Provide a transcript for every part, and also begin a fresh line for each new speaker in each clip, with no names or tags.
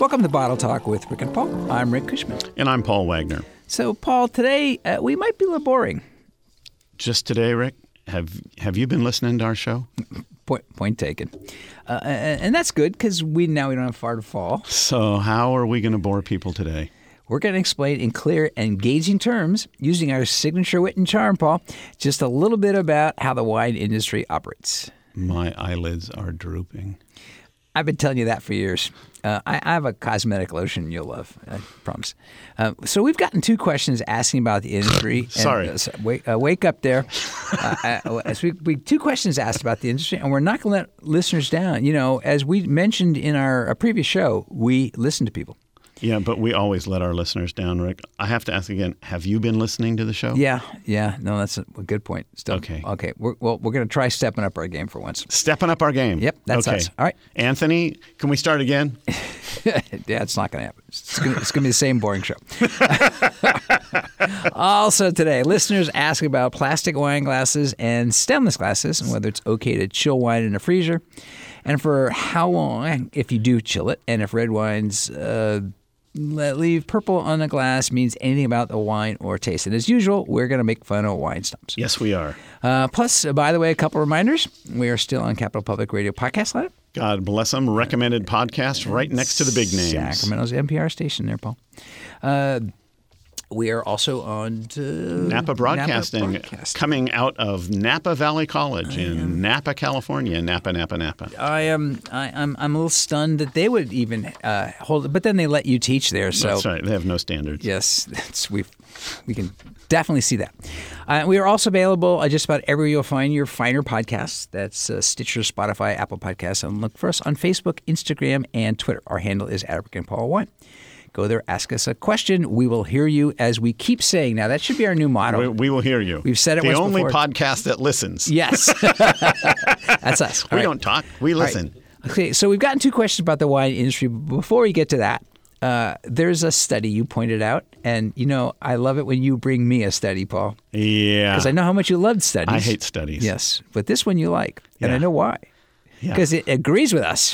Welcome to Bottle Talk with Rick and Paul. I'm Rick Cushman.
And I'm Paul Wagner.
So, Paul, today uh, we might be a little boring.
Just today, Rick, have have you been listening to our show?
Point, point taken. Uh, a- a- and that's good because we now we don't have far to fall.
So how are we going to bore people today?
We're going to explain in clear, engaging terms using our signature wit and charm, Paul, just a little bit about how the wine industry operates.
My eyelids are drooping.
I've been telling you that for years. Uh, I, I have a cosmetic lotion you'll love, I promise. Um, so we've gotten two questions asking about the industry. and,
Sorry.
uh, s- wake, uh, wake up there. Uh, I- I- so we, we two questions asked about the industry, and we're not going to let listeners down. You know, as we mentioned in our uh, previous show, we listen to people.
Yeah, but we always let our listeners down, Rick. I have to ask again, have you been listening to the show?
Yeah, yeah. No, that's a good point. Still,
Okay.
okay. We're, well, we're going to try stepping up our game for once.
Stepping up our game.
Yep, that's
okay.
us. All right.
Anthony, can we start again?
yeah, it's not going to happen. It's going to be the same boring show. also today, listeners ask about plastic wine glasses and stemless glasses and whether it's okay to chill wine in a freezer and for how long if you do chill it and if red wines uh, le- leave purple on the glass means anything about the wine or taste. And as usual, we're going to make fun of wine stumps.
Yes, we are.
Uh, plus, uh, by the way, a couple reminders. We are still on Capital Public Radio podcast lineup.
God bless them. Recommended podcast right next to the big names.
Sacramento's NPR station there, Paul. Uh, we are also on to
Napa Broadcasting,
Broadcasting.
coming out of Napa Valley College in Napa, California. Napa, Napa, Napa.
I am I, I'm I'm a little stunned that they would even uh, hold it, but then they let you teach there. So
That's right. They have no standards.
yes, that's we we can definitely see that. Uh, we are also available uh, just about everywhere you'll find your finer podcasts. That's uh, Stitcher, Spotify, Apple Podcasts, and look for us on Facebook, Instagram, and Twitter. Our handle is at Rick and Paul One. Go there, ask us a question. We will hear you as we keep saying. Now that should be our new motto.
We, we will hear you.
Oh. We've said it
The
once
only
before.
podcast that listens.
Yes. That's us. All
We
right.
don't talk. We
All right.
listen.
Okay, so we've gotten two questions about the wine industry. Before we get to that, uh, there's a study you pointed out, and you know I love it when you bring me a study, Paul,
Yeah.
because I know how much you loved studies.
I hate studies.
Yes, but this one you like, and I
Yeah.
know why.
Yeah.
Because it agrees with us.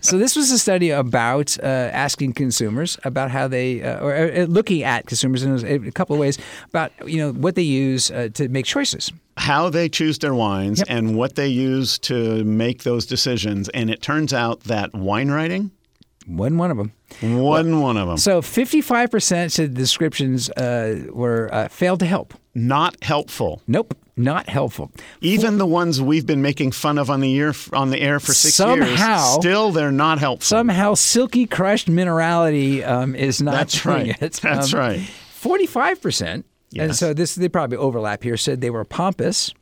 so this was a study about uh, asking consumers about how they, uh, or uh, looking at consumers in a couple of ways about you know what they use uh, to make choices.
How they choose their wines and what they use to make those decisions. And it turns out that wine writing,
One one of them.
one one of them,
So 55% said descriptions uh, were uh, failed to help.
not helpful.
Nope, not helpful.
Even the ones we've been making fun of on the year on the air for six
Somehow-
years, still they're not helpful.
Somehow, silky crushed minerality um, is not
That's
doing
right.
it.
That's right.
45%, and
Yes.
so this they probably overlap here, said they were pompous.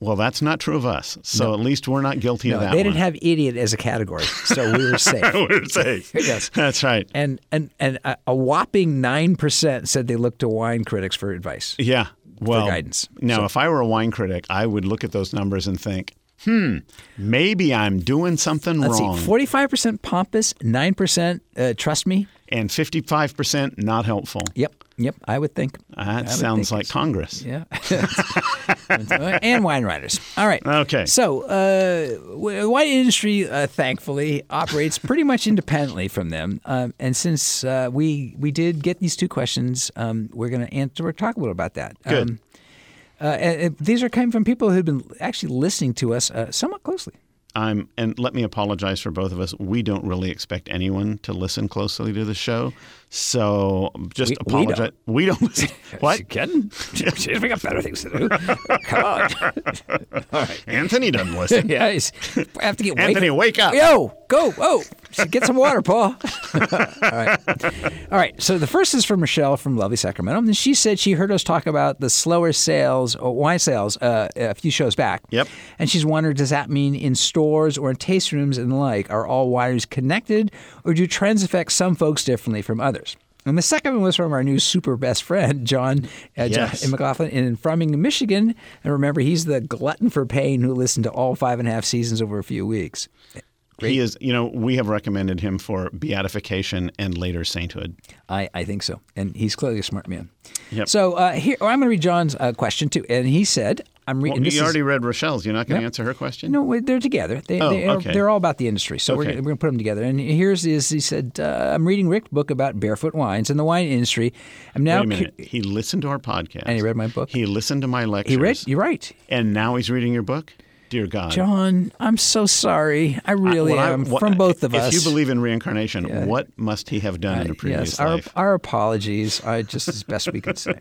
well, that's not true of us. So at least we're not guilty
No,
of
they
that.
didn't
one.
have idiot as a category, so we were safe.
we're safe.
Yes.
That's right.
And, and, and a, a whopping 9% said they looked to wine critics for advice.
Yeah. Well,
guidance.
Now, if I were a wine critic, I would look at those numbers and think, hmm, maybe I'm doing something
Let's
wrong.
see, 45% pompous, 9% uh, trust me.
and 55% not helpful.
Yep, yep, I would think.
That
would
sounds
think
like Congress.
Yeah. and wine writers. All right.
Okay.
So, uh, w- wine industry, uh, thankfully, operates pretty much independently from them. Um, and since uh, we we did get these two questions, um, we're going to answer or talk a little about that.
Good.
Um, uh, and- and these are coming from people who've been actually listening to us uh, somewhat closely.
I'm, and let me apologize for both of us. We don't really expect anyone to listen closely to the show. So just
We- we don't.
apologize. We don't, listen. what?
You kidding? we got better things to do. Come on.
Anthony doesn't listen.
Yeah, he's, I have to get
Anthony,
wake,
wake up.
Yo, go. Oh, get some water, Paul. All right. All right. So the first is from Michelle from Lovely Sacramento. And she said she heard us talk about the slower sales, or wine sales, uh, a few shows back.
Yep.
And she's wondered does that mean in stores or in taste rooms and the like, are all wires connected or do trends affect some folks differently from others? And the second one was from our new super best friend, John, uh,
Yes.
John McLaughlin in Farmington, Michigan. And remember, he's the glutton for pain who listened to all five and a half seasons over a few weeks.
He is, you know, we have recommended him for beatification and later sainthood.
I, I think so. And he's clearly a smart man.
Yep.
So uh, here, oh, I'm going to read John's uh, question too. And he said, I'm reading.
Well, you already read Rochelle's. You're not going to answer her question?
No, wait, they're together. They,
Oh,
they are,
okay.
They're all about the industry. So we're,
Okay.
we're going to put them together. And here's is he said, uh, I'm reading Rick's book about barefoot wines and the wine industry. I'm now.
Wait a
cu-
minute. He listened to our podcast.
And he read my book?
He listened to my lectures.
he read. You're right,
And now he's reading your book? Dear God.
John. I'm so sorry. I really
What I-
am.
what-
From both of
if
us.
you believe in reincarnation, what must he have done in a previous
Uh, yes, our,
life?
our apologies. I just as best we could say.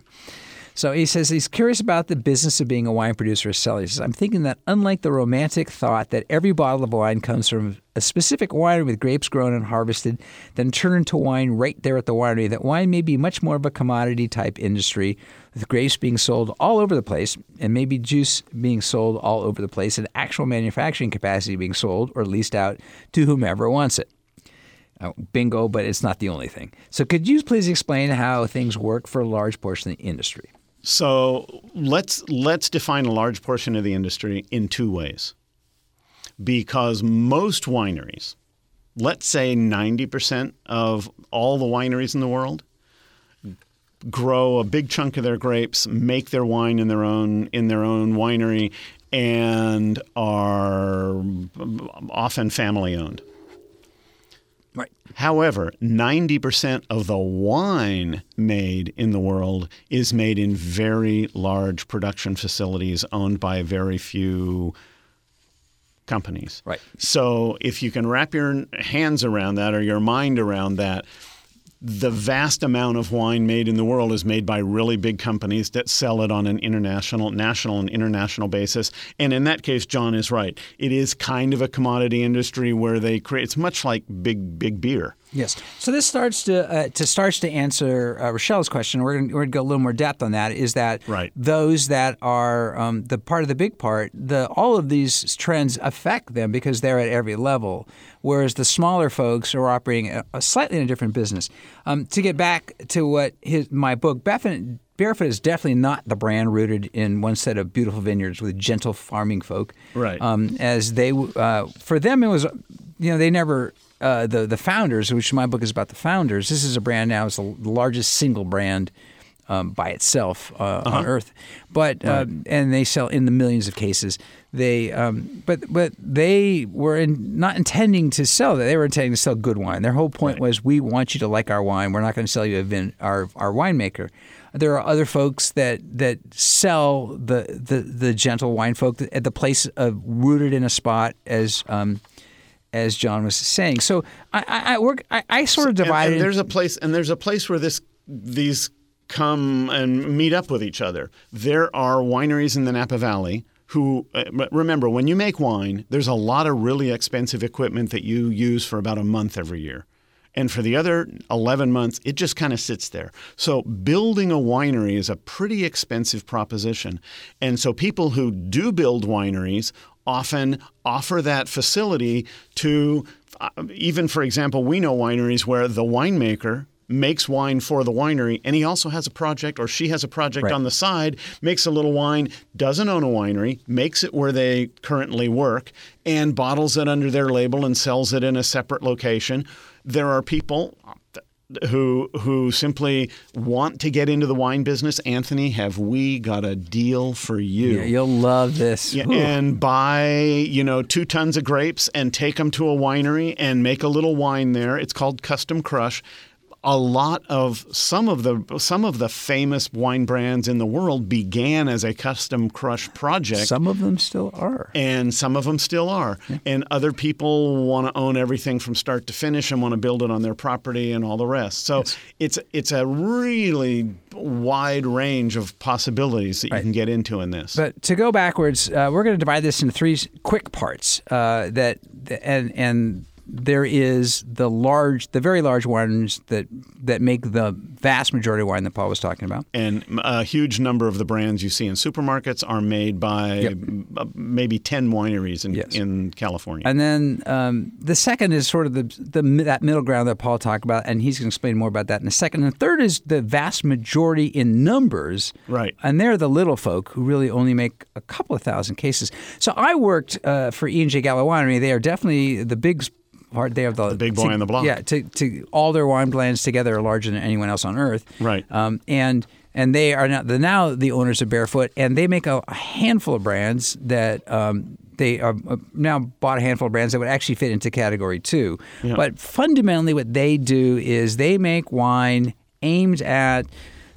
So he says he's curious about the business of being a wine producer or seller. He says, I'm thinking that unlike the romantic thought that every bottle of wine comes from a specific winery with grapes grown and harvested, then turned into wine right there at the winery, that wine may be much more of a commodity type industry, with grapes being sold all over the place, and maybe juice being sold all over the place, and actual manufacturing capacity being sold or leased out to whomever wants it. Uh, bingo, but it's not the only thing. So, could you please explain how things work for a large portion of the industry?
So let's let's define a large portion of the industry in two ways. Because most wineries, let's say 90% of all the wineries in the world grow a big chunk of their grapes, make their wine in their own in their own winery and are often family owned.
Right.
However, 90% of the wine made in the world is made in very large production facilities owned by very few companies.
Right.
So if you can wrap your hands around that or your mind around that, the vast amount of wine made in the world is made by really big companies that sell it on an international, national, and international basis. And in that case, John is right. It is kind of a commodity industry where they create. It's much like big, big beer.
Yes. So this starts to uh, to starts to answer uh, Rochelle's question. We're going to go a little more depth on that. Is that
Right.
those that are um, the part of the big part, the all of these trends affect them because they're at every level, whereas the smaller folks are operating a, a slightly in a different business. Um, to get back to what his my book Barefoot. Barefoot is definitely not the brand rooted in one set of beautiful vineyards with gentle farming folk.
Right.
Um, as they, uh, for them, it was, you know, they never, uh, the, the founders, which my book is about the founders, this is a brand now, it's the largest single brand um, by itself uh, on earth. But, um, and they sell in the millions of cases. They, um, but, but they were in, not intending to sell that. They were intending to sell good wine. Their whole point was, we want you to like our wine. We're not going to sell you a vin, our, our winemaker there are other folks that that sell the the, the gentle wine folk at the place of rooted in a spot as um, as John was saying. So I I, I work I, I sort of
And-
divided.
And, there's a place, and there's a place where this these come and meet up with each other. There are wineries in the Napa Valley who uh, but remember when you make wine, there's a lot of really expensive equipment that you use for about a month every year. And for the other 11 months, it just kind of sits there. So, building a winery is a pretty expensive proposition. And so, people who do build wineries often offer that facility to uh, even for example we know wineries where the winemaker makes wine for the winery and he also has a project or she has a project on the side makes a little wine doesn't own a winery makes it where they currently work and bottles it under their label and sells it in a separate location there are people uh, who who simply want to get into the wine business anthony have we got a deal for you
Yeah, you'll love this.
yeah,
Ooh.
and buy you know two tons of grapes and take them to a winery and make a little wine there. It's called Custom Crush. A lot of some of the some of the famous wine brands in the world began as a custom crush project.
Some of them still are.
and some of them still are. And other people want to own everything from start to finish and want to build it on their property and all the rest. So it's it's a really wide range of possibilities that you can get into in this.
But to go backwards, uh, we're going to divide this into three s- quick parts. Uh, that and and there is the large, the very large wines that that make the vast majority of wine that Paul was talking about.
And a huge number of the brands you see in supermarkets are made by uh, maybe 10 wineries in,
Yes.
in California.
And then um, the second is sort of the, the that middle ground that Paul talked about, and he's going to explain more about that in a second. And the third is the vast majority in numbers,
Right.
And they're the little folk who really only make a couple of thousand cases. So I worked uh, for E and J Gallo Winery. They are definitely the big s- part. They are the,
big boy
to-
on the block.
Yeah, to, to all their wine blends together are larger than anyone else on earth.
Right.
Um, and and and they are now the now the owners of Barefoot, and they make a, a handful of brands that um, they are uh, now bought a handful of brands that would actually fit into category two. But fundamentally, what they do is they make wine aimed at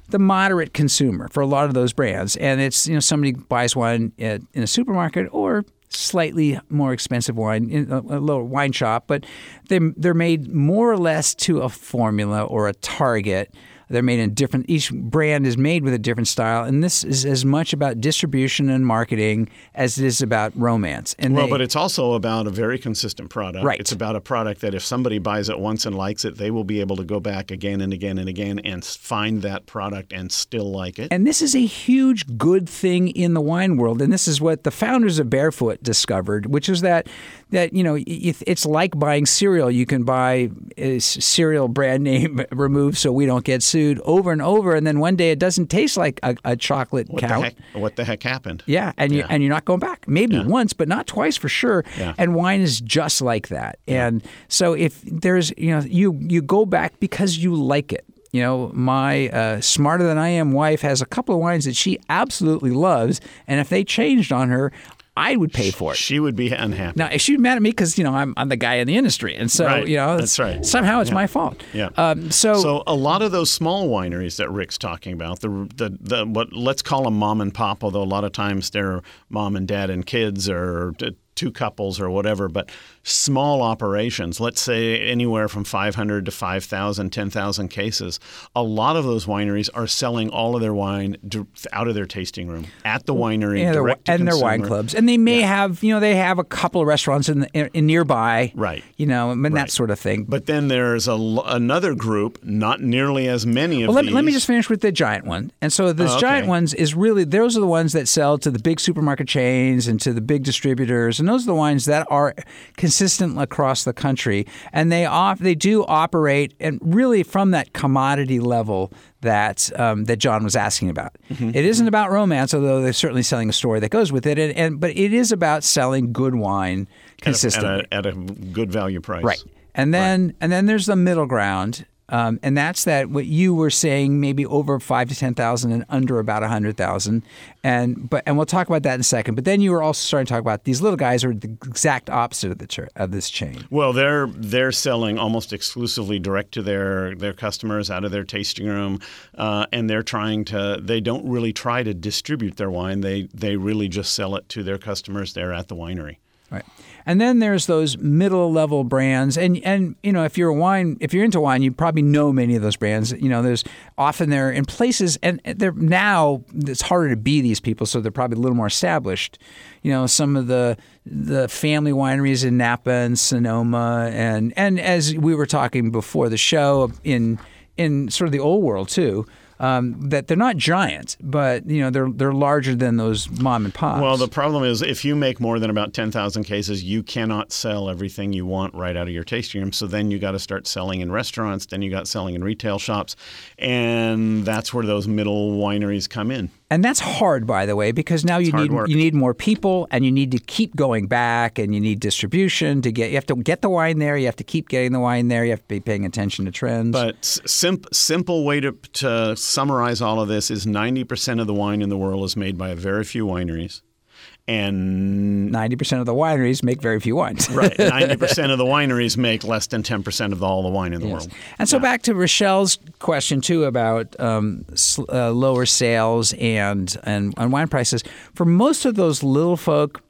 the moderate consumer for a lot of those brands, and it's you know somebody buys wine at, in a supermarket or slightly more expensive wine in a, a lower wine shop, but they they're made more or less to a formula or a target. They're made in different. Each brand is made with a different style, and this is as much about distribution and marketing as it is about romance. And
Well,
they-
but it's also about a very consistent product.
Right.
It's about a product that if somebody buys it once and likes it, they will be able to go back again and again and again and s- find that product and still like it.
And this is a huge good thing in the wine world. And this is what the founders of Barefoot discovered, which is that that you know i- if- it's like buying cereal. You can buy a s- cereal brand name removed so we don't get sued over and over. And then one day it doesn't taste like a, a chocolate
what
cow.
the heck? What the heck happened?
Yeah, and you and you're not going back. Maybe once, but not twice for sure.
Yeah.
And wine is just like that. And so if there's you know you you go back because you like it. You know, my uh, smarter than I am wife has a couple of wines that she absolutely loves, and if they changed on her, I would pay for it.
She would be unhappy.
Now, if she's mad at me because you know I'm, I'm the guy in the industry, and so
Right.
you know
That's
it's-
right.
somehow it's my fault.
Yeah.
Um, so,
So a lot of those small wineries that Rick's talking about, the the, the what let's call them mom and pop, although a lot of times they're mom and dad and kids or t- two couples or whatever, but small operations, let's say anywhere from 500 to 5,000, 10,000 cases, a lot of those wineries are selling all of their wine dir- out of their tasting room at the winery
and, their,
direct to
and their wine
consumer.
clubs, and they may have you know they have a couple of restaurants in, the, in nearby,
Right.
You know, and that sort of thing.
But then there's a l another group, not nearly as many of
Well, let, me-
these. Oh,
let me just finish with the giant one. And so this
okay.
giant ones is really those are the ones that sell to the big supermarket chains and to the big distributors, and those are the wines that are consistent across the country. And they off they do operate and really from that commodity level that um, that John was asking about.
Mm-hmm.
It isn't about romance, although they're certainly selling a story that goes with it. And, and but it is about selling good wine consistently.
At a, at a good value price.
Right. And then and then there's the middle ground. Um, and that's that what you were saying maybe over five to ten thousand and under about a hundred thousand and but and we'll talk about that in a second but then you were also starting to talk about these little guys are the exact opposite of the chur of this chain
Well, they're they're selling almost exclusively direct to their their customers out of their tasting room, uh, and they're trying to. They don't really try to distribute their wine. They they really just sell it to their customers there at the winery.
right and then there's those middle level brands and and you know if you're a wine if you're into wine you probably know many of those brands you know there's often they're in places and they're now it's harder to be these people so they're probably a little more established you know some of the the family wineries in Napa and Sonoma and and as we were talking before the show in in sort of the old world too um, that they're not giants but you know they're they're larger than those mom and pops
Well, the problem is if you make more than about ten thousand cases, you cannot sell everything you want right out of your tasting room. So then you got to start selling in restaurants. Then you got selling in retail shops, and that's where those middle wineries come in.
And that's hard, by the way, because now you
hard
need
work.
you need more people, and you need to keep going back, and you need distribution to get. You have to get the wine there. You have to keep getting the wine there. You have to be paying attention to trends.
But s- simp- simple way to, to summarize all of this is 90% of the wine in the world is made by a very few wineries. And
ninety percent of the wineries make very few wines.
right, 90% of the wineries make less than 10% of all the wine in the world.
And so back to Rochelle's question too about um, sl- uh, lower sales and, and and wine prices. For most of those little folk,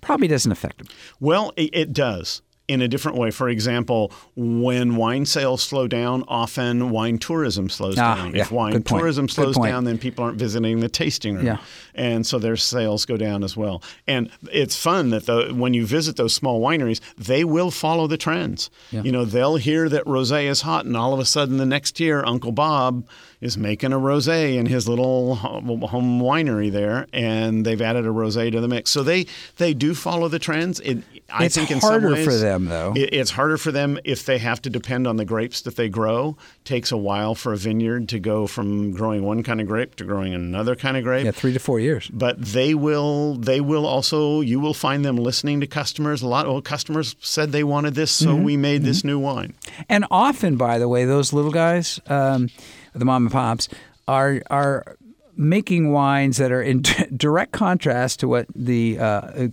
probably doesn't affect them.
Well, it, it does in a different way. For example, when wine sales slow down, often wine tourism slows
Ah,
down.
yeah,
if wine
good point,
tourism
good
slows
point.
down, then people aren't visiting the tasting room.
Yeah.
And so their sales go down as well. And it's fun that the, when you visit those small wineries, they will follow the trends. You know, they'll hear that rosé is hot, and all of a sudden the next year, Uncle Bob is making a rosé in his little ho- home winery there, and they've added a rosé to the mix. So they they do follow the trends. It, I
It's
think in
harder
some ways,
for them, though.
it- it's harder for them if they have to depend on the grapes that they grow. Takes a while for a vineyard to go from growing one kind of grape to growing another kind of grape.
Yeah, three to four years.
But they will. They will also. You will find them listening to customers. A lot. Well, customers said they wanted this, so
Mm-hmm.
we made this new wine.
And often, by the way, those little guys, um, the mom and pops, are are making wines that are in direct contrast to what the uh, uh,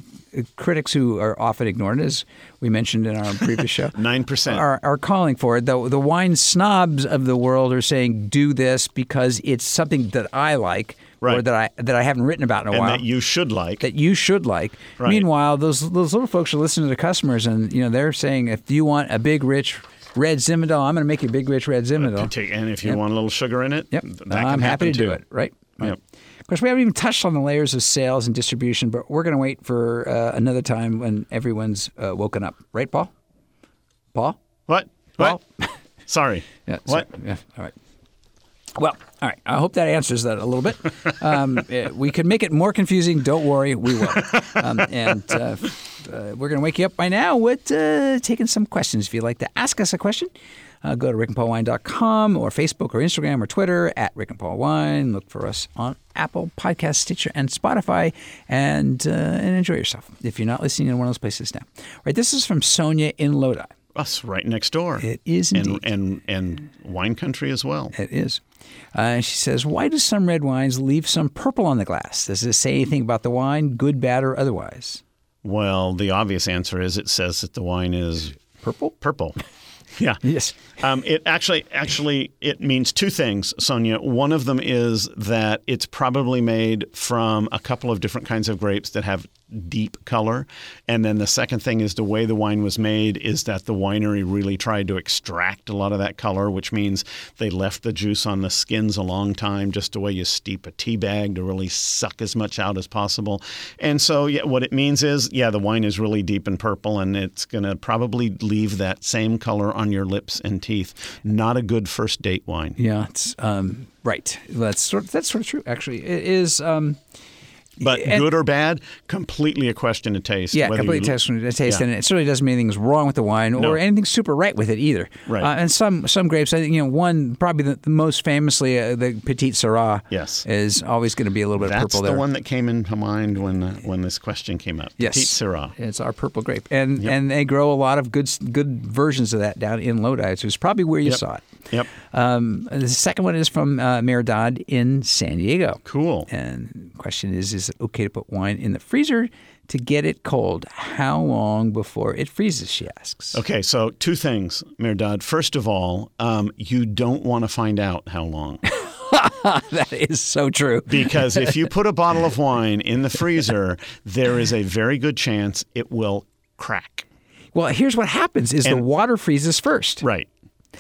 critics who are often ignored, as we mentioned in our previous show,
9%.
are, are calling for. The the wine snobs of the world are saying, "Do this because it's something that I like, or
Right.
that I that I haven't written about in a
and
while."
that you should like.
that you should like.
Right.
Meanwhile, those those little folks are listening to the customers, and you know they're saying, if you want a big, rich red Zinfandel, I'm going to make you a big, rich red Zinfandel.
Take- and if you want a little sugar in it,
Yep.
th- that can
I'm happy to
happen
do
too.
it. Right. Right.
Yep.
Of course, we haven't even touched on the layers of sales and distribution, but we're going to wait for uh, another time when everyone's uh, woken up. Right, Paul? Paul?
What? What?
Paul?
Sorry.
Yeah, so-
what?
yeah, all right. Well, all right. I hope that answers that a little bit. Um, eh, we could make it more confusing. Don't worry, we will. Um, and uh, f- uh, we're going to wake you up by now with uh, taking some questions. If you'd like to ask us a question, uh, go to rickandpaulwine.com or Facebook or Instagram or Twitter at Rick and Paul Wine. Look for us on Apple Podcast, Stitcher, and Spotify, and uh, and enjoy yourself if you're not listening in one of those places now. Right. This is from Sonia in Lodi.
Us right next door.
It is
and,
indeed.
and and wine country as well.
It is. Uh, she says, Why do some red wines leave some purple on the glass? Does this say anything about the wine, good, bad, or otherwise?
Well, the obvious answer is it says that the wine is
Purple?
purple. yeah.
Yes.
Um, it actually actually it means two things, Sonia. One of them is that it's probably made from a couple of different kinds of grapes that have deep color, and then the second thing is the way the wine was made is that the winery really tried to extract a lot of that color, which means they left the juice on the skins a long time, just the way you steep a tea bag to really suck as much out as possible. And so, yeah, what it means is, yeah, the wine is really deep and purple, and it's going to probably leave that same color on your lips and teeth. Not a good first date wine.
Yeah, it's um, right. That's sort, that's sort of true, actually. It is. Um,
But
And-
good or bad, completely a question of taste.
Yeah,
whether you-
completely taste, taste
yeah.
and it certainly doesn't mean anything's wrong with the wine or anything super right with it either.
Right.
Uh, and some some grapes, I think you know, one probably the, the most famously uh, the Petite Syrah.
Yes.
is always going to be a little bit of
That's
purple
the
there.
one that came into mind when uh, when this question came up.
Yes,
Petite Syrah.
It's our purple grape, and and they grow a lot of good good versions of that down in Lodi, which is probably where you saw it.
Yep.
Um, the second one is from uh, Mayor Dodd in San Diego.
Cool.
And the question is, is it okay to put wine in the freezer to get it cold? How long before it freezes? She asks.
Okay, so two things, Mayor Dodd. First of all, um, you don't want to find out how long.
that is so true.
Because if you put a bottle of wine in the freezer, there is a very good chance it will crack.
Well, here's what happens: is the water freezes first.
Right.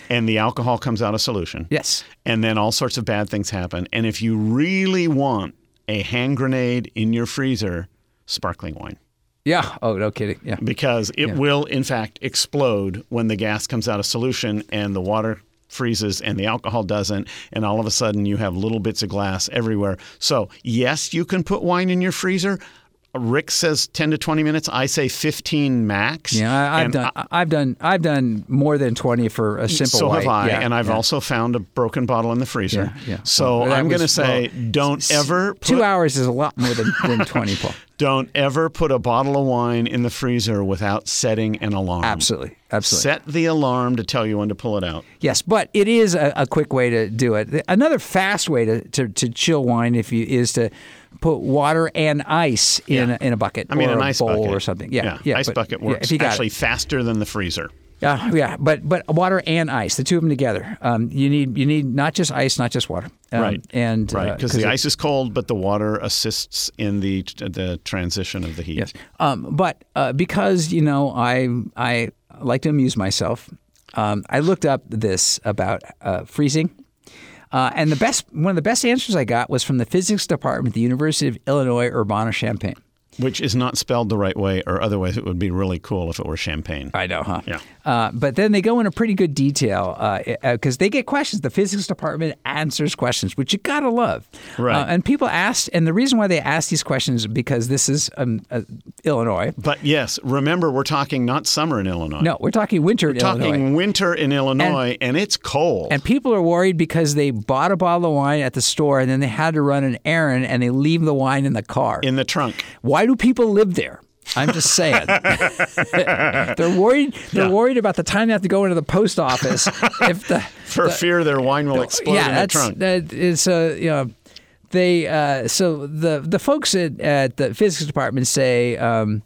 And the alcohol comes out of solution.
Yes.
And then all sorts of bad things happen. And if you really want a hand grenade in your freezer, sparkling wine.
Yeah. Oh, no kidding. Yeah.
Because it will, in fact, explode when the gas comes out of solution and the water freezes and the alcohol doesn't. And all of a sudden, you have little bits of glass everywhere. So, yes, you can put wine in your freezer. Rick says 10 to 20 minutes. I say 15 max.
Yeah, I, I've
And
done. I, have done. I've done more than twenty for a simple.
so
white.
have I,
Yeah,
and I've
yeah.
also found a broken bottle in the freezer.
Yeah, yeah.
So
Well, that
I'm
was-
going to say, don't ever put,
Two hours is a lot more than, than twenty, Paul.
don't ever put a bottle of wine in the freezer without setting an alarm.
Absolutely, absolutely.
Set the alarm to tell you when to pull it out.
Yes, but it is a, a quick way to do it. Another fast way to, to, to chill wine, if you is to put water and ice in a, in a bucket.
I mean,
or
an
a
ice
bowl
bucket
or something. Yeah, yeah.
ice
but-
bucket
yeah,
works
if you got it.
actually faster than the freezer.
Yeah, yeah, but but water and ice, the two of them together. Um, you need you need not just ice, not just water. Um,
right
and
right
uh,
because the ice is cold, but the water assists in the the transition of the heat.
Yes. Um, but uh, because you know I I like to amuse myself, um, I looked up this about uh, freezing. Uh, and the best, one of the best answers I got was from the physics department at the University of Illinois Urbana-Champaign.
which is not spelled the right way, or otherwise it would be really cool if it were champagne.
I know, huh?
Yeah.
Uh, but then they go into pretty good detail because uh 'cause they get questions. The physics department answers questions, which you gotta love.
Right.
Uh, and people asked, and the reason why they ask these questions is because this is um, uh, Illinois.
But yes, remember we're talking not summer in Illinois.
No, we're talking winter in
talking
Illinois.
winter in Illinois, and, it's cold.
And people are worried because they bought a bottle of wine at the store and then they had to run an errand and they leave the wine in the car.
in the trunk.
Why do people live there? I'm just saying. they're worried. They're
Yeah.
worried about the time they have to go into the post office if the
for fear their wine will explode
yeah,
in
that's
the trunk.
that is uh, you know they uh, so the the folks at, at the physics department say um,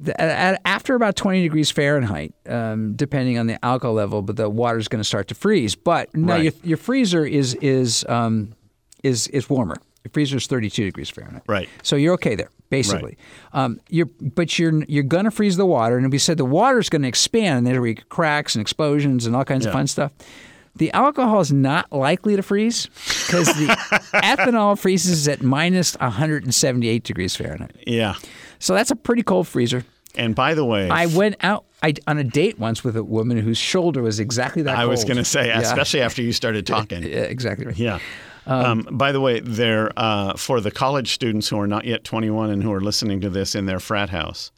the, at, after about 20 degrees Fahrenheit, um, depending on the alcohol level, but the water's going to start to freeze. But no,
Right.
your, your freezer is is um, is is warmer. Your freezer is 32 degrees Fahrenheit.
Right.
So you're okay there, basically. Um, you're, but you're you're gonna freeze the water, and we said the water's gonna expand, and there will be cracks and explosions and all kinds of
Yeah.
fun stuff. The alcohol is not likely to freeze because the ethanol freezes at minus 178 degrees Fahrenheit.
yeah.
So that's a pretty cold freezer.
And by the way,
I went out I, on a date once with a woman whose shoulder was exactly that.
I was
cold.
going to say,
Yeah.
especially after you started talking.
Yeah, exactly right.
Yeah. Um, by the way, there uh, for the college students who are not yet 21 and who are listening to this in their frat house,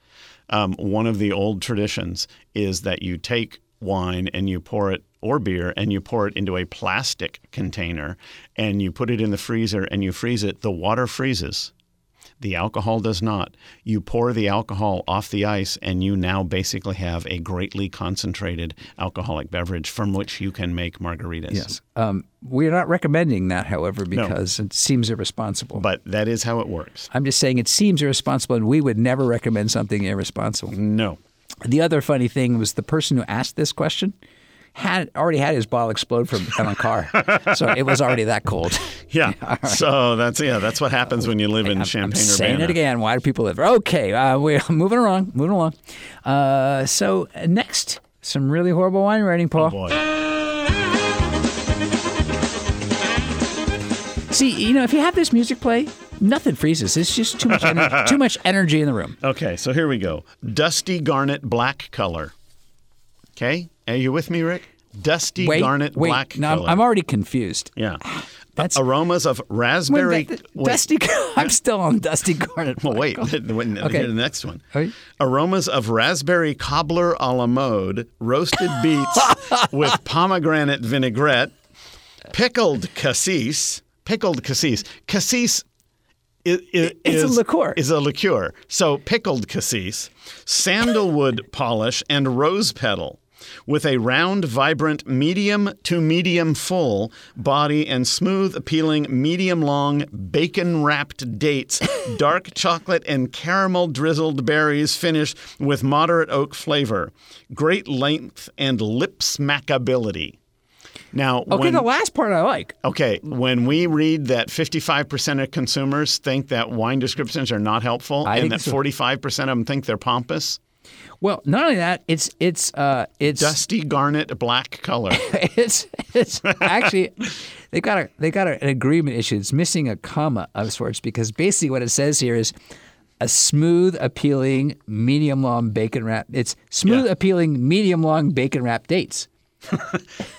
um, one of the old traditions is that you take wine and you pour it or beer and you pour it into a plastic container and you put it in the freezer and you freeze it. The water freezes. The alcohol does not. You pour the alcohol off the ice, and you now basically have a greatly concentrated alcoholic beverage from which you can make margaritas.
Yes. Um, we're not recommending that, however, because it seems irresponsible.
But that is how it works.
I'm just saying it seems irresponsible, and we would never recommend something irresponsible.
No.
The other funny thing was the person who asked this question had already had his bottle explode from on a car, so it was already that cold.
Yeah. So that's yeah, that's what happens when you live in
I'm
Champagne
saying it again. Why do people live? Okay, uh, we're moving along, moving along. Uh, so uh, next, some really horrible wine writing, Paul.
Oh, Boy.
See, you know, if you have this music play, nothing freezes. It's just too much, ener- too much energy in the room.
Okay, so here we go. Dusty garnet black color. Okay? Are you with me, Rick? Dusty
Wait,
garnet
wait.
black
no, I'm-
color. Uh,
I'm already confused.
yeah.
That's-
Aromas of
When
raspberry.
that-
wait.
dusty. I'm still on dusty garnet.
Well, wait. When,
Okay.
Here's the next one.
Hey.
Aromas of raspberry cobbler a la mode, roasted beets with pomegranate vinaigrette, pickled cassis. Pickled cassis. Cassis. i- i-
It's
is,
a liqueur.
Is a liqueur. So pickled cassis, sandalwood polish, and rose petal, with a round, vibrant, medium to medium full body and smooth, appealing, medium long, bacon wrapped dates, dark chocolate and caramel drizzled berries finish with moderate oak flavor, great length and lip smackability. Now,
Okay,
when,
the last part I like.
Okay, when we read that 55% of consumers think that wine descriptions are not helpful
I
and
think
that
so.
45% of them think they're pompous,
Well, not only that, it's it's uh, it's
dusty garnet black color.
it's it's actually they got a they got a, an agreement issue. It's missing a comma of sorts because basically what it says here is a smooth, appealing, medium long bacon wrap. It's smooth,
Yeah.
appealing, medium long bacon wrap dates.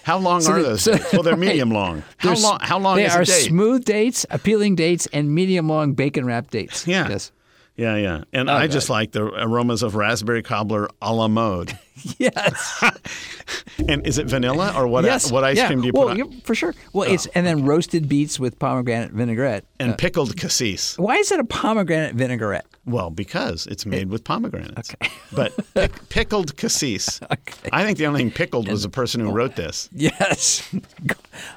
How long are
they-
those?
so-
dates? well, they're medium long. How
There's-
long how long
They
is
are
a date?
smooth dates, appealing dates, and medium long bacon wrap dates.
yeah.
Yes. Oh,
Yeah, yeah. And I just like the aromas of raspberry cobbler a la mode.
Yes.
And is it vanilla or what
Yes.
what ice
yeah.
cream do you
well,
put on?
you- for sure. Well, it's and then roasted beets with pomegranate vinaigrette.
And pickled cassis.
Why is it a pomegranate vinaigrette?
Well, because it's made with pomegranates. Okay. But pic- pickled cassis.
Okay.
I think the only thing pickled was the person who wrote this.
Yes,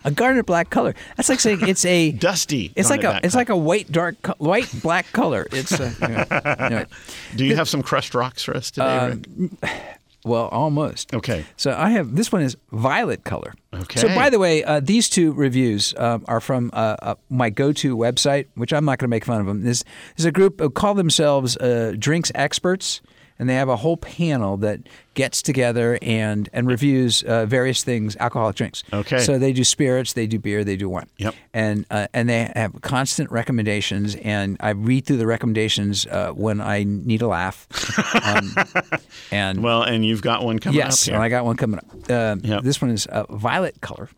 a garnet black color. That's like saying it's a
Dusty.
It's like
garnet
a
black
it's
color.
like a white dark co- white black color. It's uh, yeah. Anyway.
Do you have some crushed rocks for us today,
Um,
Rick?
well almost
Okay.
So I have this one is violet color. So
Okay.
by the way, uh, these two reviews um, are from uh, uh, my go-to website, which I'm not going to make fun of them. There's, there's a group who call themselves uh, drinks experts, and they have a whole panel that gets together and and reviews uh, various things, alcoholic drinks.
Okay.
So they do spirits, they do beer, they do wine.
Yep.
And uh, and they have constant recommendations, and I read through the recommendations uh, when I need a laugh. Um, and
Well, and you've got one coming
yes,
up
and I
here.
got one coming up. Um,
Yep.
This one is uh, violet color.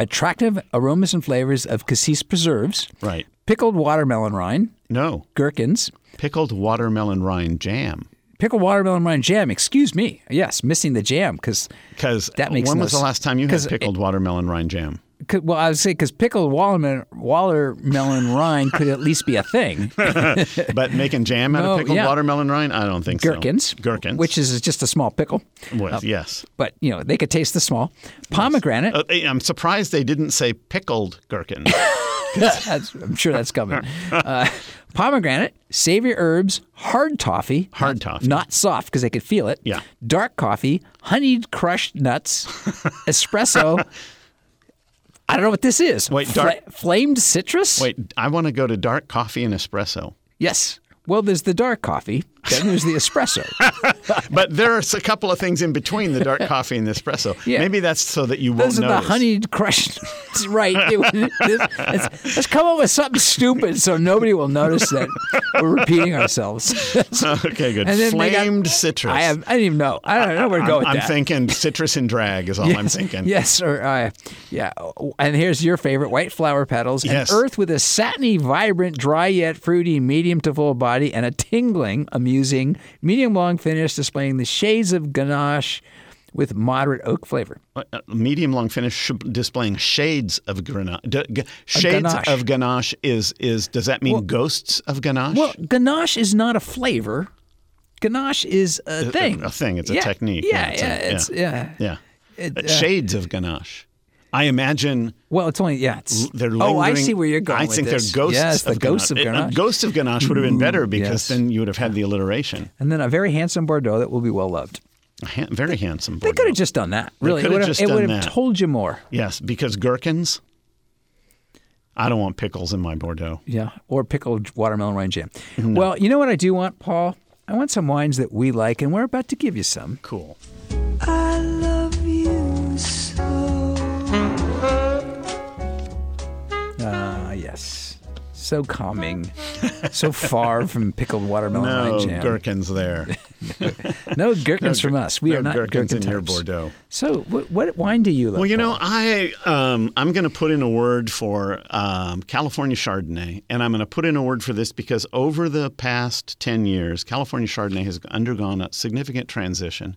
Attractive aromas and flavors of cassis preserves,
right.
pickled watermelon rind,
No.
gherkins,
Pickled watermelon rind jam.
pickled watermelon rind jam. Excuse me. Yes, missing the jam because
Because
That makes
when
no
was the
s-
last time you
'cause
had pickled watermelon rind jam?
Could, well, I would say because pickled watermelon, watermelon rind could at least be a thing.
But making jam out
No,
of pickled
Oh, yeah.
watermelon rind? I don't think
Gherkins,
so. Gherkins.
which oh. is just a small pickle,
was, yes.
but you know they could taste the small pomegranate.
Uh, I'm surprised they didn't say pickled gherkin.
That's, I'm sure that's coming. Uh, pomegranate, savory herbs, hard toffee.
Hard toffee.
Not soft because they could feel it.
Yeah.
Dark coffee, honeyed crushed nuts, espresso. I don't know what this is.
Wait, dark-
flamed citrus?
Wait, I want to go to dark coffee and espresso.
Yes. Well, there's the dark coffee, then there's the espresso.
Oh, But there are a couple of things in between the dark coffee and the espresso.
Yeah.
Maybe that's so that you won't
Those are the
notice.
honeyed crushed. That's right. It was- it's- let's come up with something stupid so nobody will notice that we're repeating ourselves.
okay, good.
And then they got-
Flamed citrus.
I, have, I didn't even know. I don't know where to go
I'm,
with
I'm
that.
thinking citrus and drag is all I'm thinking.
Yes, or uh, yeah. And here's your favorite: white flower petals,
Yes.
an earth with a satiny, vibrant, dry yet fruity, medium to full body, and a tingling, amusing, medium-long finish, displaying the shades of ganache with moderate oak flavor.
Uh, medium long finish sh- displaying shades of ganache. D- g- shades
ganache.
of ganache is is does that mean ghosts of ganache?
Well, ganache is not a flavor. Ganache is a thing.
a thing. It's a
Yeah,
technique.
Yeah,
Yeah, it's a-
yeah, it's, yeah.
yeah.
It,
Uh,
uh,
shades of ganache. I imagine
Well, it's only yeah. It's,
they're lingering.
oh, I see where you're going.
I
with
think
this.
they're ghosts.
Yes,
of
the ghosts of
ganache. uh,
ganache.
A ghost of ganache would have been better because
yes.
then you would have had the alliteration.
and then a very handsome Bordeaux that will be well loved.
Ha- very handsome.
They
Bordeaux.
could have just done that. Really,
could
it
have
would have,
just
it would
done
have
that.
told you more.
Yes, because gherkins. I don't want pickles in my Bordeaux.
Yeah, or pickled watermelon wine jam.
Mm-hmm.
Well, you know what I do want, Paul? I want some wines that we like, and we're about to give you some.
Cool.
I love you so.
Ah, yes. So calming, so far from pickled watermelon
No
wine jam.
Oh, gherkins there.
no gherkins from us. We
no
are not
gherkins
gherkin
in your
types.
Bordeaux.
So, what, what wine do you like?
Well, you
Paul?
know, I um, I'm going to put in a word for um, California Chardonnay, and I'm going to put in a word for this because over the past ten years, California Chardonnay has undergone a significant transition,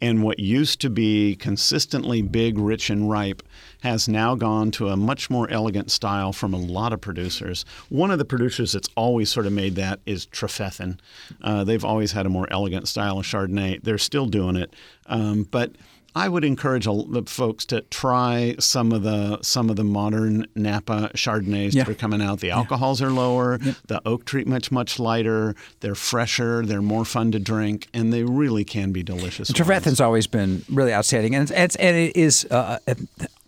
and what used to be consistently big, rich, and ripe has now gone to a much more elegant style from a lot of producers. One of the producers that's always sort of made that is Trefethen. Uh, they've always had a more elegant style of Chardonnay. They're still doing it, um, but I would encourage all the folks to try some of the some of the modern Napa Chardonnays
Yeah.
that are coming out. The alcohols are lower, the oak treatment's much lighter, they're fresher, they're more fun to drink, and they really can be delicious. wines.
Trevethan's always been really outstanding, and it's, it's and it is uh,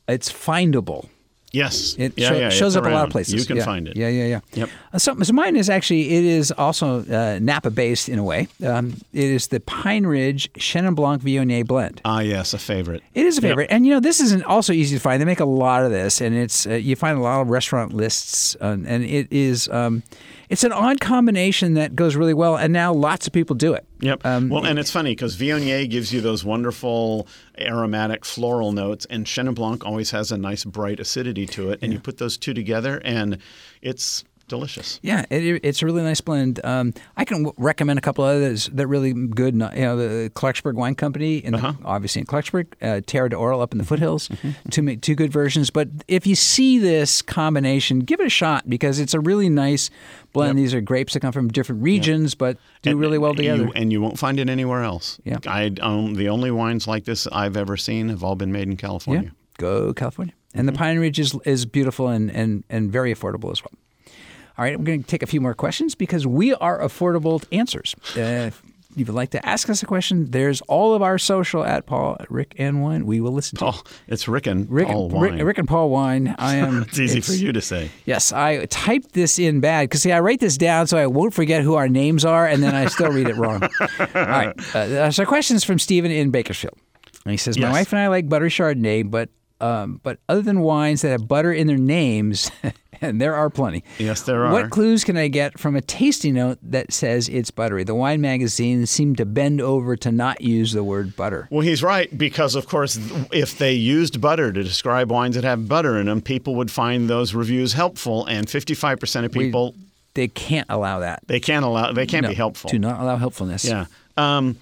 it's findable.
Yes,
It
Yeah,
sho-
yeah,
shows
it's
up a lot
around.
of places.
You can
Yeah.
find it.
Yeah, yeah, yeah.
Yep.
Uh, so, so mine is actually it is also uh, Napa based in a way. Um, it is the Pine Ridge Chenin Blanc Viognier blend.
Ah, yes, a favorite.
It is a favorite, and you know this isn't also easy to find. They make a lot of this, and it's uh, you find a lot of restaurant lists, um, and it is um, it's an odd combination that goes really well, and now lots of people do it.
Yep.
um,
well, and it's funny because Viognier gives you those wonderful aromatic floral notes, and Chenin Blanc always has a nice bright acidity to it, and you put those two together, and it's delicious.
Yeah, it, it's a really nice blend. Um, I can w- recommend a couple others that are really good. You know, the Clarksburg Wine Company, in
Uh-huh.
obviously in Clarksburg, uh, Terra d'Oral up in the foothills,
Mm-hmm.
two ma- two good versions. But if you see this combination, give it a shot because it's a really nice blend. These are grapes that come from different regions, but do
And-
really well
and
together.
You, and you won't find it anywhere else.
Yeah.
I um, the only wines like this I've ever seen have all been made in
yeah,
California. Mm-hmm.
go California. And the Pine Ridge is is beautiful and and and very affordable as well. All right, I'm going to take a few more questions because we are affordable to answers. Uh, if you would like to ask us a question, there's all of our social at Paul, Rick, and Wine. We will listen to you.
Paul, Oh, it's Rick and
Rick,
Paul
Rick,
wine.
Rick and Paul Wine. I am.
it's easy for you to say.
Yes, I typed this in bad because see, I write this down so I won't forget who our names are, and then I still read it wrong. All right, uh, so questions from Stephen in Bakersfield. And he says, "My
Yes.
wife and I like butter Chardonnay, but um, but other than wines that have butter in their names, and there are plenty.
Yes, there are.
What clues can I get from a tasting note that says it's buttery? The wine magazines seem to bend over to not use the word butter.
Well, he's right because, of course, if they used butter to describe wines that have butter in them, people would find those reviews helpful, and 55% of people
They can't allow that.
They can't allow. They can't
No,
be helpful.
Do not allow helpfulness.
Yeah. Um,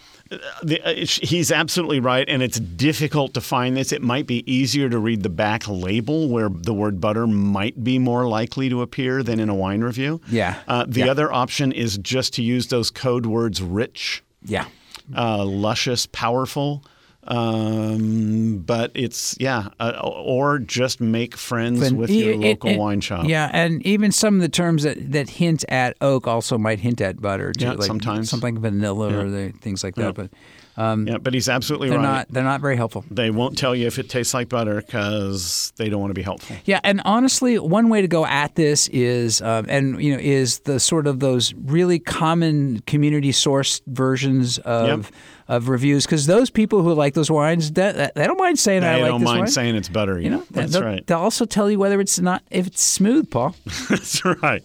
the, uh, sh- he's absolutely right, and it's difficult to find this. It might be easier to read the back label where the word butter might be more likely to appear than in a wine review.
Yeah.
Uh, the
Yeah.
other option is just to use those code words rich,
Yeah.
uh, luscious, powerful. Um, but it's, yeah, uh, or just make friends
And
with your
e- it-
local
it-
wine shop.
Yeah, and even some of the terms that, that hint at oak also might hint at butter too.
Yeah,
like
sometimes.
something like vanilla or the, things like that. But
Yeah, but he's absolutely
they're
right.
not they're not very helpful.
They won't tell you if it tastes like butter because they don't want to be helpful.
Yeah, and honestly, one way to go at this is, um, and you know, is the sort of those really common community sourced versions of
Yep.
of reviews, because those people who like those wines, they, they don't mind saying I
They
like
don't
this
mind
wine.
saying it's buttery.
you know,
that's
they'll,
right.
They'll also tell you whether it's not if it's smooth, Paul.
That's right.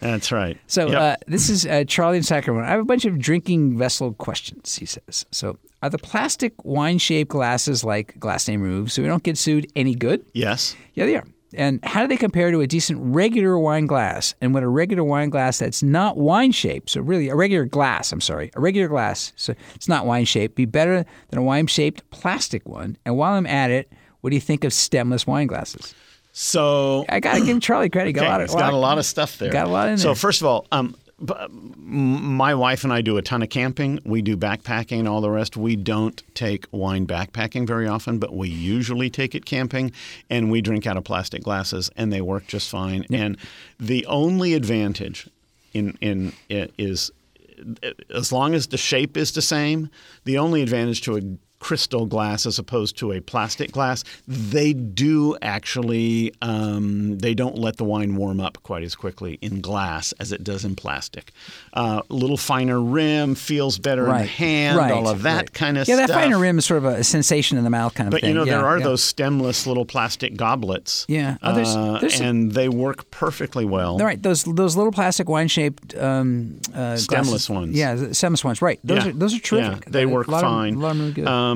That's right.
So
Yep.
uh, this is uh, Charlie in Sacramento. I have a bunch of drinking vessel questions. He says, "So are the plastic wine-shaped glasses like glass name removed, so we don't get sued? Any good?
yes,
Yeah, they are. And how do they compare to a decent regular wine glass? And when a regular wine glass that's not wine-shaped, so really a regular glass, I'm sorry, a regular glass, so it's not wine-shaped, be better than a wine-shaped plastic one? And while I'm at it, what do you think of stemless wine glasses?
so
I gotta give Charlie credit. He got
okay,
a lot of
it's got a lot of stuff there.
got a lot in
so
there.
first of all, um, b- m- my wife and I do a ton of camping. We do backpacking and all the rest. We don't take wine backpacking very often, but we usually take it camping, and we drink out of plastic glasses, and they work just fine. And the only advantage in in it is as long as the shape is the same, the only advantage to a crystal glass as opposed to a plastic glass, they do actually um, they don't let the wine warm up quite as quickly in glass as it does in plastic. Uh, A little finer rim feels better in the hand, all of that
right.
kind of
yeah,
stuff.
that finer rim is sort of a sensation in the mouth kind of
But
thing.
you know
yeah,
there are
yeah.
those stemless little plastic goblets,
Yeah. Oh, there's-
uh,
there's some-
and they work perfectly well.
All right, those those little plastic wine shaped um, uh,
Stemless
glasses.
ones.
Yeah, the stemless ones. Right. Those
Yeah.
are those are
Yeah,
terrific.
they
A
work
lot of-
fine.
a lot of them are good.
Um,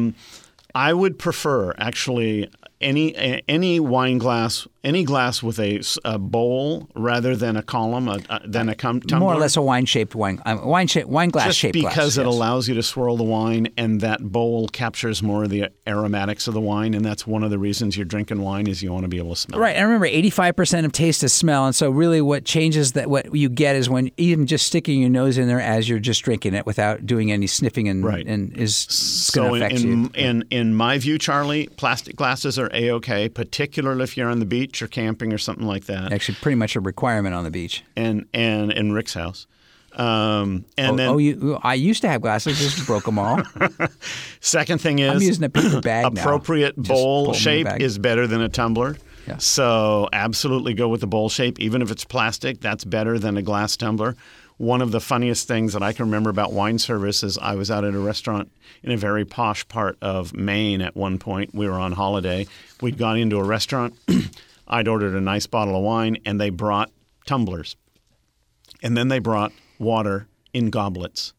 I would prefer actually any a- any wine glass, any glass with a, s- a bowl rather than a column, a, a- than a cum, tumbler.
More or less a wine shaped wine um, wine shaped wine glass
just
shaped glass.
because it
yes.
allows you to swirl the wine, and that bowl captures more of the aromatics of the wine, and that's one of the reasons you're drinking wine is you want to be able to smell. it.
Right, and remember, eighty-five percent of taste is smell, and so really, what changes that what you get is when even just sticking your nose in there as you're just drinking it without doing any sniffing and
Right.
and is going
So
to
in
affect
in,
you.
in in my view, Charlie, plastic glasses are a okay, particularly if you're on the beach or camping or something like that.
Actually, pretty much a requirement on the beach.
and and in Rick's house. Um, and then
oh, you, I used to have glasses, just broke them all.
second thing
I'm
is
using a paper bag now.
appropriate
Just pull
bowl
'em in the
shape
bag.
is better than a tumbler.
Yeah.
So absolutely go with the bowl shape, even if it's plastic. That's better than a glass tumbler. One of the funniest things that I can remember about wine service is I was out at a restaurant in a very posh part of Maine at one point. We were on holiday. We'd gone into a restaurant. I'd ordered a nice bottle of wine, and they brought tumblers. And then they brought water in goblets.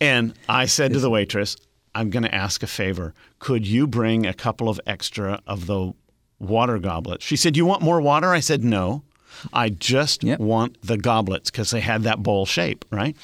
and I said to the waitress, I'm going to ask a favor. Could you bring a couple of extra of the water goblets? She said, You want more water? I said, No. I just
Yep.
want the goblets because they had that bowl shape, right?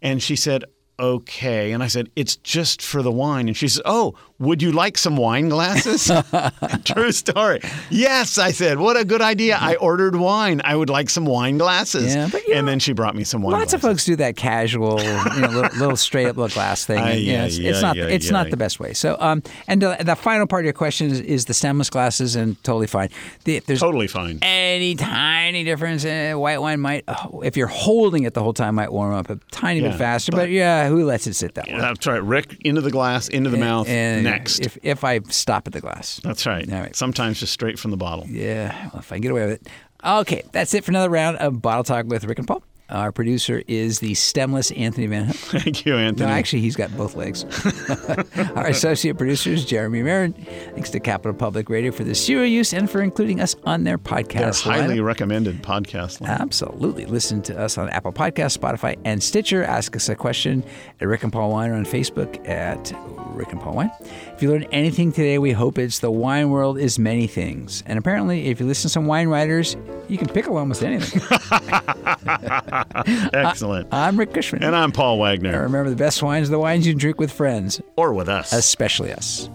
And she said, Okay. And I said, It's just for the wine. And she said, Oh, would you like some wine glasses? True story. Yes, I said, What a good idea. I ordered wine. I would like some wine glasses.
Yeah, but you
and
know,
then she brought me some wine
Lots of
glasses.
folks do that casual, you know, little, little straight up look glass thing.
Ay,
and, you know,
ay,
it's, it's
ay,
not
ay,
it's not
ay.
the best way. So, um, and the, the final part of your question is, is the stemless glasses, and totally fine. The, there's
Totally fine.
any tiny difference. eh, white wine might, oh, if you're holding it the whole time, might warm up a tiny
Yeah,
bit faster. But,
but-
yeah, who lets it sit that long?
That's right. Rick, into the glass, into the mouth,
And
next.
If if I stop at the glass.
That's right.
All right.
Sometimes just straight from the bottle.
Yeah, well, if I can get away with it. Okay, that's it for another round of Bottle Talk with Rick and Paul. Our producer is the stemless Anthony Van Hook.
Thank you, Anthony.
No, actually, he's got both legs. Our associate producer is Jeremy Marin. Thanks to Capital Public Radio for the serial use and for including us on their
They're
podcast. lineup.
highly recommended podcast.
Uh,
line.
Absolutely. Listen to us on Apple Podcasts, Spotify, and Stitcher. Ask us a question at Rick and Paul Wine or on Facebook at Rick and Paul Wine. If you learned anything today, we hope it's the wine world is many things. And apparently, if you listen to some wine writers, you can pickle almost anything. uh,
Excellent.
I'm Rick Cushman.
and I'm Paul
And
Wagner,
remember, the best wines are the wines you drink with friends,
or with us.
especially us.